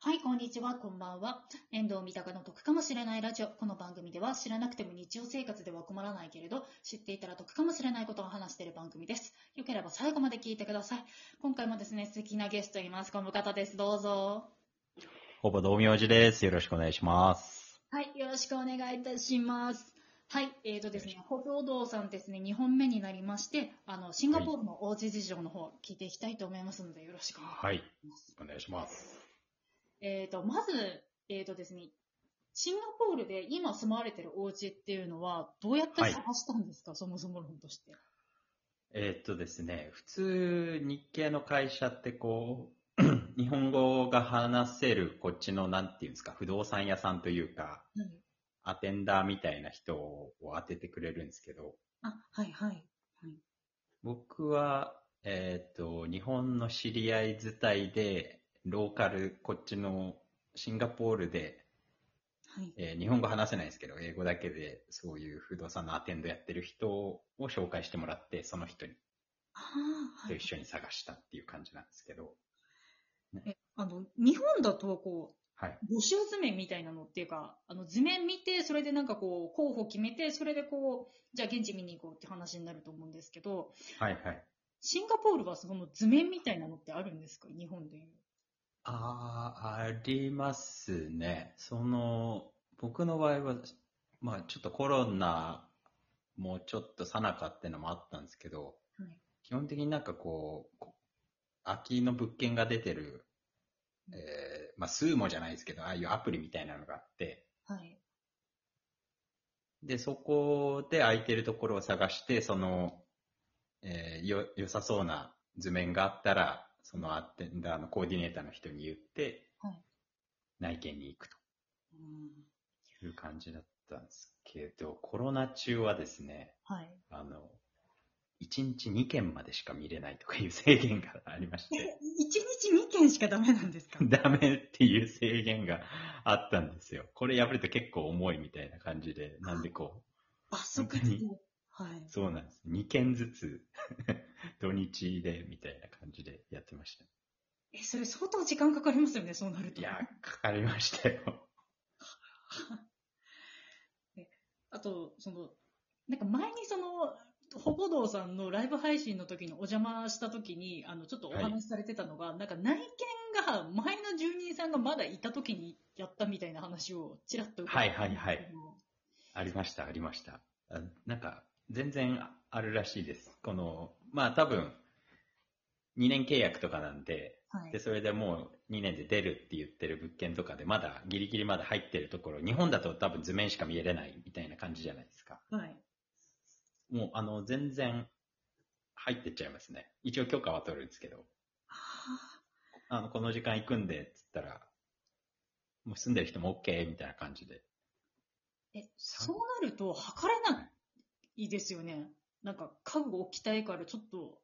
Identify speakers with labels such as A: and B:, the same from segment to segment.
A: はい、こんにちは、こんばんは。遠藤三鷹の得かもしれないラジオ。この番組では知らなくても日常生活では困らないけれど、知っていたら得かもしれないことを話している番組です。よければ最後まで聞いてください。今回もですね、素敵なゲストいます。この方です。どうぞ。
B: ほぼ道明寺です。よろしくお願いします。
A: はい、よろしくお願いいたします。はい、えーとですね、歩道堂さんですね、2本目になりまして、あの、シンガポールの王子事情の方、聞いていきたいと思いますので、よろしくお願いします。
B: はい。お願いします。
A: えー、と、まず、えー、とですね、シンガポールで今住まわれてるお家っていうのは、どうやって
B: はい
A: 探したんですか、そもそも論として。
B: えーっとですね、普通日系の会社ってこう、 日本語が話せるこっちのなんていうんですか、不動産屋さんというか、
A: うん、
B: アテンダーみたいな人を当ててくれるんですけど、
A: あ、はいはい。
B: 僕は、えーっと、日本の知り合い自体で、ローカル、こっちのシンガポールで、
A: はい。
B: えー日本語話せないんですけど、英語だけでそういう不動産のアテンドやってる人を紹介してもらって、その人に
A: ああ、は
B: と
A: い
B: 一。緒に探したっていう感じなんですけど、
A: あの、日本だと、こ
B: はい。
A: う、募集図面みたいなのっていうか、あの、図面見て、それでなんかこう、候補決めて、それでこう、じゃあ現地見に行こうって話になると思うんですけど、
B: はいはい。
A: シンガポールはその図面みたいなのってあるんですか日本でいう。
B: ああ、ありますね。その、僕の場合は、まあちょっとコロナもちょっとさなかってのもあったんですけど、
A: はい
B: 基本的になんかこう、こ空きの物件が出てる、えー、まあ、スーモじゃないですけど、ああいうアプリみたいなのがあって、
A: はい。
B: で、そこで空いてるところを探して、その、えーよ、良さそうな図面があったら、そのアテンダーのコーディネーターの人に言って、
A: はい
B: 内見に行く
A: うん、
B: という感じだったんですけど、コロナ中はですね、
A: はい。
B: あの、1日2件までしか見れないとかいう制限がありまし
A: え、
B: て、
A: 1日2件しかダメなんですか
B: ダメっていう制限があったんですよ。これ破ると結構重いみたいな感じで、なんでこう、
A: 罰則
B: 本当
A: に。はい。
B: そうなんです。2件ずつ、 土日で、みたいな感じでやってました。
A: え、それ相当時間かかりますよね、そうなると。
B: いやー、かかりましたよ。
A: あと、その、なんか前にその、ほぼ堂さんのライブ配信の時にお邪魔した時に、あの、ちょっとお話しされてたのが、なんか内見が前の住人さんがまだいた時にやったみたいな話をちらっと伺ったんですけど
B: はいはいはい ありました、ありました。あなんか、全然ああるらしいです。この、まあ多分、2年契約とかなんで、
A: はい
B: で、それでもう2年で出るって言ってる物件とかで、まだギリギリまだ入ってるところ、日本だと多分図面しか見えれないみたいな感じじゃないですか。
A: はい。
B: もう、あの、全然入ってっちゃいますね。一応許可は取るんですけど。
A: あ
B: あの、この時間行くんで、っつったら、もう住んでる人も OK みたいな感じで。
A: ーえ、そうなると測れないですよね。なんか家具置きたいからちょっと、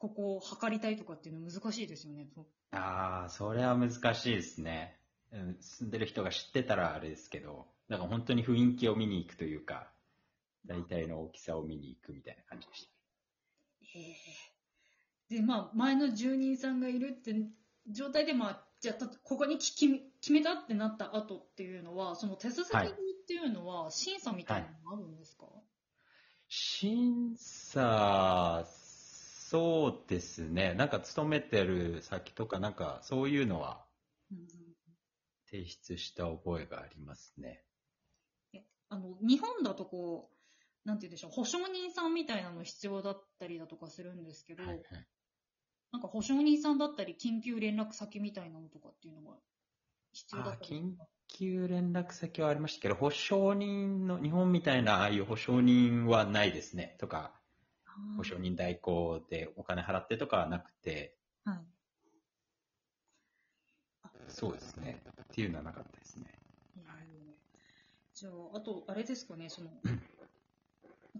A: ここを測りたいとかっていうの難しいですよね。そう
B: ああ、それは難しいですね。うん、住んでる人が知ってたらあれですけど、だから本当に雰囲気を見に行くというか、大体の大きさを見に行くみたいな感じでした。
A: へえで、まあ、前の住人さんがいるって状態で、まあ、じゃあ、たここに決め決めたってなった後っていうのは、その手続きっていうのは、審査みたいなのがあるんですか、
B: 審査、そうですね。なんか勤めてる先とか、なんかそういうのは
A: うん
B: 提出した覚えがありますね。
A: あの日本だとこう、なんて言うんでしょう、保証人さんみたいなの必要だったりだとかするんですけど、
B: はいはい。
A: なんか保証人さんだったり、緊急連絡先みたいなのとかっていうのが必要だったり
B: あ緊緊急連絡先はありましたけど、保証人の、日本みたいなああいう保証人はないですね。とか、保証人代行でお金払ってとかはなくて、
A: あーはい
B: そうですね。っていうのはなかったですね。はい
A: じゃあ、あと、あれですかね、その、なん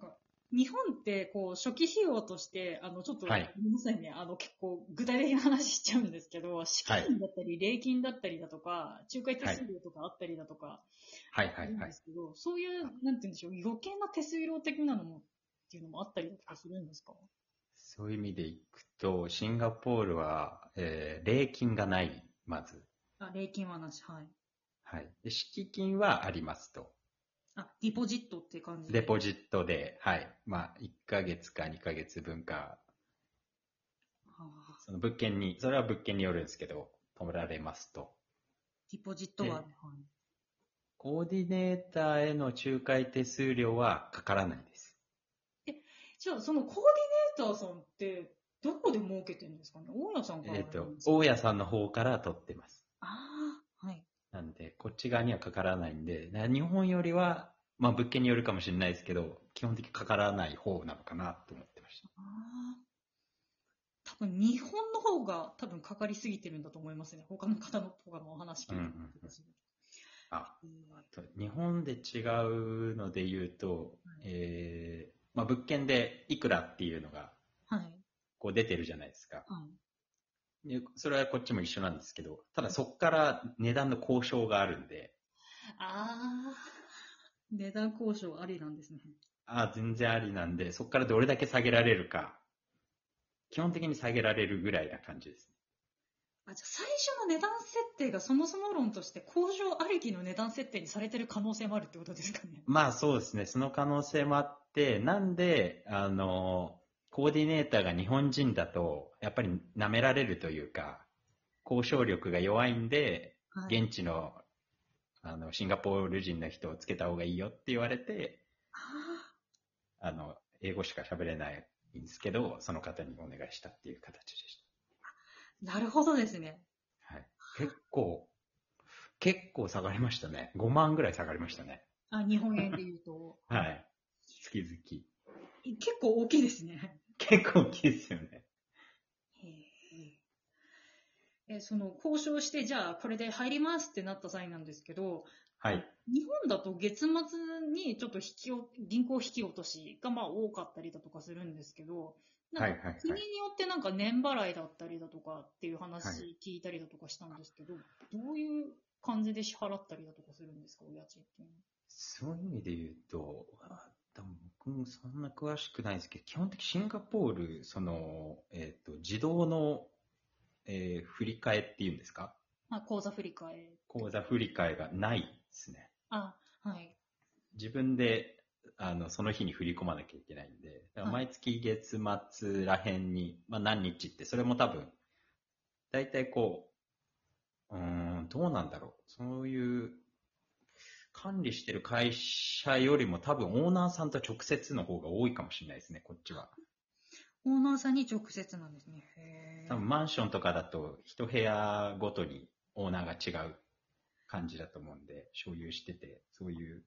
A: か、日本って、こう、初期費用として、あの、ちょっと、ご
B: はい
A: めんなさいね、あの、結構、具体的な話しちゃうんですけど、資金だったり、礼金だったりだとか、仲介手数料とかあったりだとか、
B: はい
A: あ
B: はい
A: るん
B: は
A: で
B: い。
A: すけど、そういう、なんて言うんでしょう、余計な手数料的なのも、っていうのもあったりだとかするんですか
B: そういう意味でいくと、シンガポールは、えー、礼金がない、まず。
A: あ、礼金はなし、はい。
B: はい。で敷金はありますと。
A: あ、ディポジットって感じで。
B: デポジットで、はい。まあ、1ヶ月か2ヶ月分か、
A: あー
B: その物件に、それは物件によるんですけど、止められますと。
A: ディポジットは、はい
B: で。コーディネーターへの仲介手数料はかからないです。
A: じゃあ、そのコーディネーターさんって、どこで儲けてるんですかね大家さんから
B: えっ、と
A: なんで、すか
B: 大家さんの方から取ってます。
A: ああ、はい。
B: なんで、こっち側にはかからないんで、な日本よりは、まあ物件によるかもしれないですけど、基本的にかからない方なのかなと思ってました。
A: ああ。多分、日本の方が多分かかりすぎてるんだと思いますね。他の方の方がお話聞いてる気がする
B: あ、
A: うん
B: と日本で違うので言うと、
A: い
B: えーまあ物件でいくらっていうのが
A: はい。
B: こう出てるじゃないですか。
A: はい。
B: でそれはこっちも一緒なんですけど、ただそこから値段の交渉があるんで、
A: ああ。値段交渉ありなんですね。
B: ああ、全然ありなんで、そこからどれだけ下げられるか、基本的に下げられるぐらいな感じです。
A: あ、じゃあ最初の値段設定がそもそも論として工場ありきの値段設定にされてる可能性もあるってことですかね。
B: まあそうですね、その可能性もあって、なんで、あの、コーディネーターが日本人だと、やっぱり舐められるというか、交渉力が弱いんで、
A: はい。
B: 現地の、あの、シンガポール人の人をつけた方がいいよって言われて、
A: あ
B: あの、英語しか喋れないんですけど、その方にお願いしたっていう形でし
A: ーなるほどですね。
B: た。はい。結構、結構下がりましたね。5万ぐらい下がりましたね。
A: あ、日本円で言うと。
B: はい。月々。
A: 結構大きいですね。
B: 結構大きいですよね。
A: へえ。え、その、交渉して、じゃあ、これで入りますってなった際なんですけど、
B: はい。
A: 日本だと月末にちょっと引きお、銀行引き落としがまあ多かったりだとかするんですけど、なんか
B: はいはいはい
A: 国によってなんか年払いだったりだとかっていう話
B: はい
A: 聞いたりだとかしたんですけど、どういう感じで支払ったりだとかするんですか、お家賃っていうのは。
B: そういう意味で言うと、あでも僕もそんな詳しくないですけど、基本的にシンガポール、その、えっ、と、自動の、えー振り替えっていうんですか
A: まあ、口座振り替え。
B: 口座振り替えがないですね。
A: あ、はい。
B: 自分で、あの、その日に振り込まなきゃいけないんで、だから
A: はい
B: 毎月月末らへんに、まあ何日って、それも多分、大体こう、うーん、どうなんだろう。そういう、管理してる会社よりも多分オーナーさんと直接の方が多いかもしれないですね、こっちは。
A: オーナーさんに直接なんですね。へえ
B: 多。分マンションとかだと、一部屋ごとにオーナーが違う感じだと思うんで、所有してて、そういう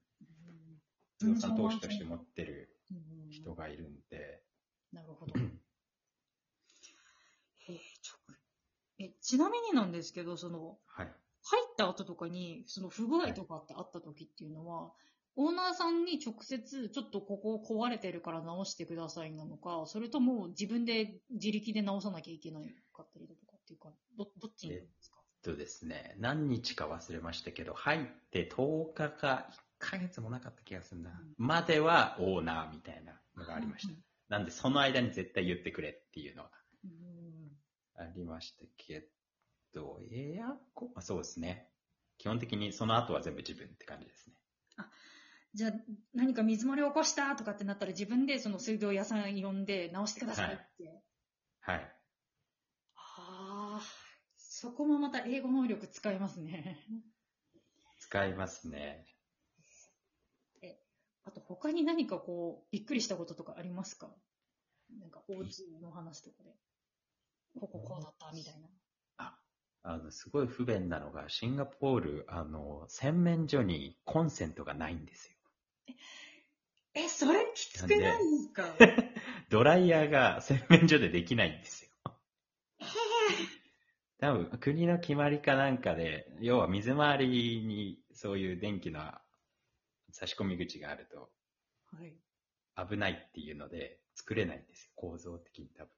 B: 不動産投資として持ってる
A: うん
B: 人がいるんで、
A: なるほ ど。へえ、ちょえ、ちなみになんですけど、その、
B: はい。
A: 入った後とかに、その不具合とかってあった時っていうのは、オーナーさんに直接、ちょっとここ壊れてるから直してくださいなのか、それとも自分で自力で直さなきゃいけないかったりだとかっていうか、ど、どっちになるんですか
B: えっとですね、何日か忘れましたけど、入って10日か1ヶ月もなかった気がするな。まではオーナーみたいなのがありま した。なんで、その間に絶対言ってくれっていうのは
A: うんうん
B: ありましたけど、エアコン、あそうですね。基本的にその後は全部自分って感じですね。
A: じゃあ、何か水漏れ起こしたとかってなったら自分でその水道屋さん呼んで直してくださいって。
B: はい。
A: ああ、そこもまた英語能力使いますね。
B: 使いますね。
A: あと他に何かこう、びっくりしたこととかありますかなんかお家の話とかで。こここうだったみたいな。
B: あ、あの、すごい不便なのが、シンガポール、あの、洗面所にコンセントがないんですよ。
A: え、それきつくない
B: なん
A: ですか
B: ドライヤーが洗面所でできないんですよ。多分、国の決まりかなんかで、要は水回りにそういう電気の差し込み口があると
A: はい。
B: 危ないっていうので作れないんですよ、構造的に多分。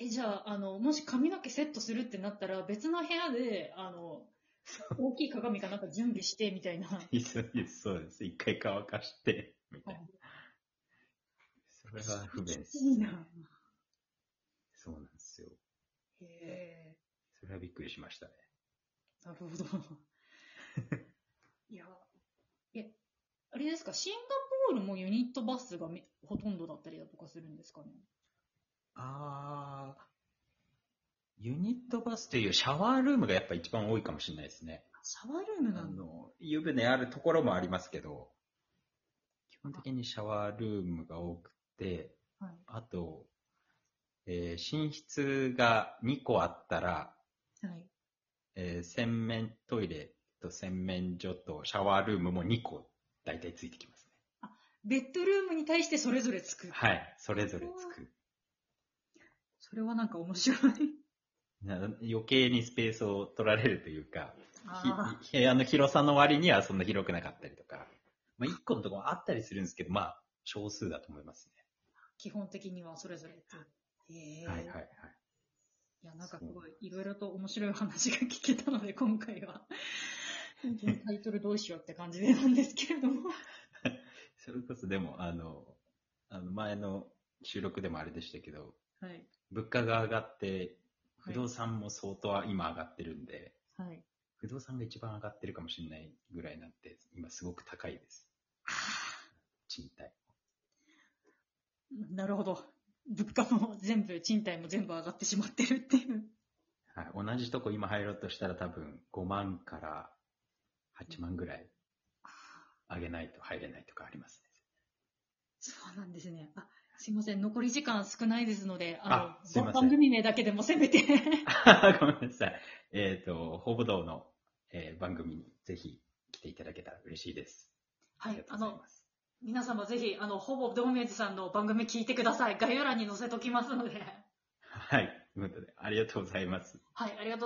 A: え、じゃあ、あの、もし髪の毛セットするってなったら、別の部屋で、あの、大きい鏡かなんか準備して、みたいな。
B: そうです、そうです。一回乾かして、みたいな。それは不便で
A: きつ
B: す。
A: いな。
B: そうなんですよ。
A: へえ。
B: それはびっくりしましたね。
A: なるほど。 いや、え、あれですか、シンガポールもユニットバスがみほとんどだったりだとかするんですかね。
B: あー、ユニットバスというシャワールームがやっぱ一番多いかもしれないですね。
A: シャワールーム
B: あ
A: なんだ。
B: の、湯船あるところもありますけど、基本的にシャワールームが多くて、
A: はい。
B: あと、えー寝室が2個あったら、
A: はい。
B: えー洗面トイレと洗面所とシャワールームも2個大体ついてきます
A: ベッドルームに対してそれぞれつく
B: ね。。はい。それぞれつく。
A: それはなんか面白い。
B: な余計にスペースを取られるというか、ひ
A: あ
B: 部屋の広さの割にはそんな広くなかったりとか、まあ、1個のところもあったりするんですけど、まあ、少数だと思います
A: 基本的にはそれぞれつく。へ
B: ね。
A: え
B: はいはいはい。
A: いや、なんかすごい、いろいろと面白いお話が聞けたので、今回 は。本当にタイトルどうしようって感じでなんですけれども。
B: それこそでも、あの、あの前の収録でもあれでしたけど、
A: はい。
B: 物価が上がって、
A: は
B: 不
A: い
B: 動産も相当は今上がってるんで、
A: はい。
B: 不動産が一番上がってるかもしれないぐらいなんて、今すごく高いです。賃貸。
A: なるほど。物価も全部、賃貸も全部上がってしまってるっていう。
B: はい。同じとこ今入ろうとしたら多分5万から8万ぐらい上げないと入れないとかありますね。
A: そうなんですね。あ、すいません。残り時間少ないですので、
B: あすいません
A: 番組名だけでもせ めて。
B: ごめんなさい。えっ、と、ほぼ道の、えー番組にぜひ来ていただけたら嬉しいです。
A: は
B: あり
A: い
B: が。と
A: あ
B: うござい
A: の、
B: ます。
A: 皆様ぜひ、あの、ほぼ道明寺さんの番組聞いてください。概要欄に載せときますので。
B: はい。ということで、ありがとうございます。
A: はい、ありがとうございます。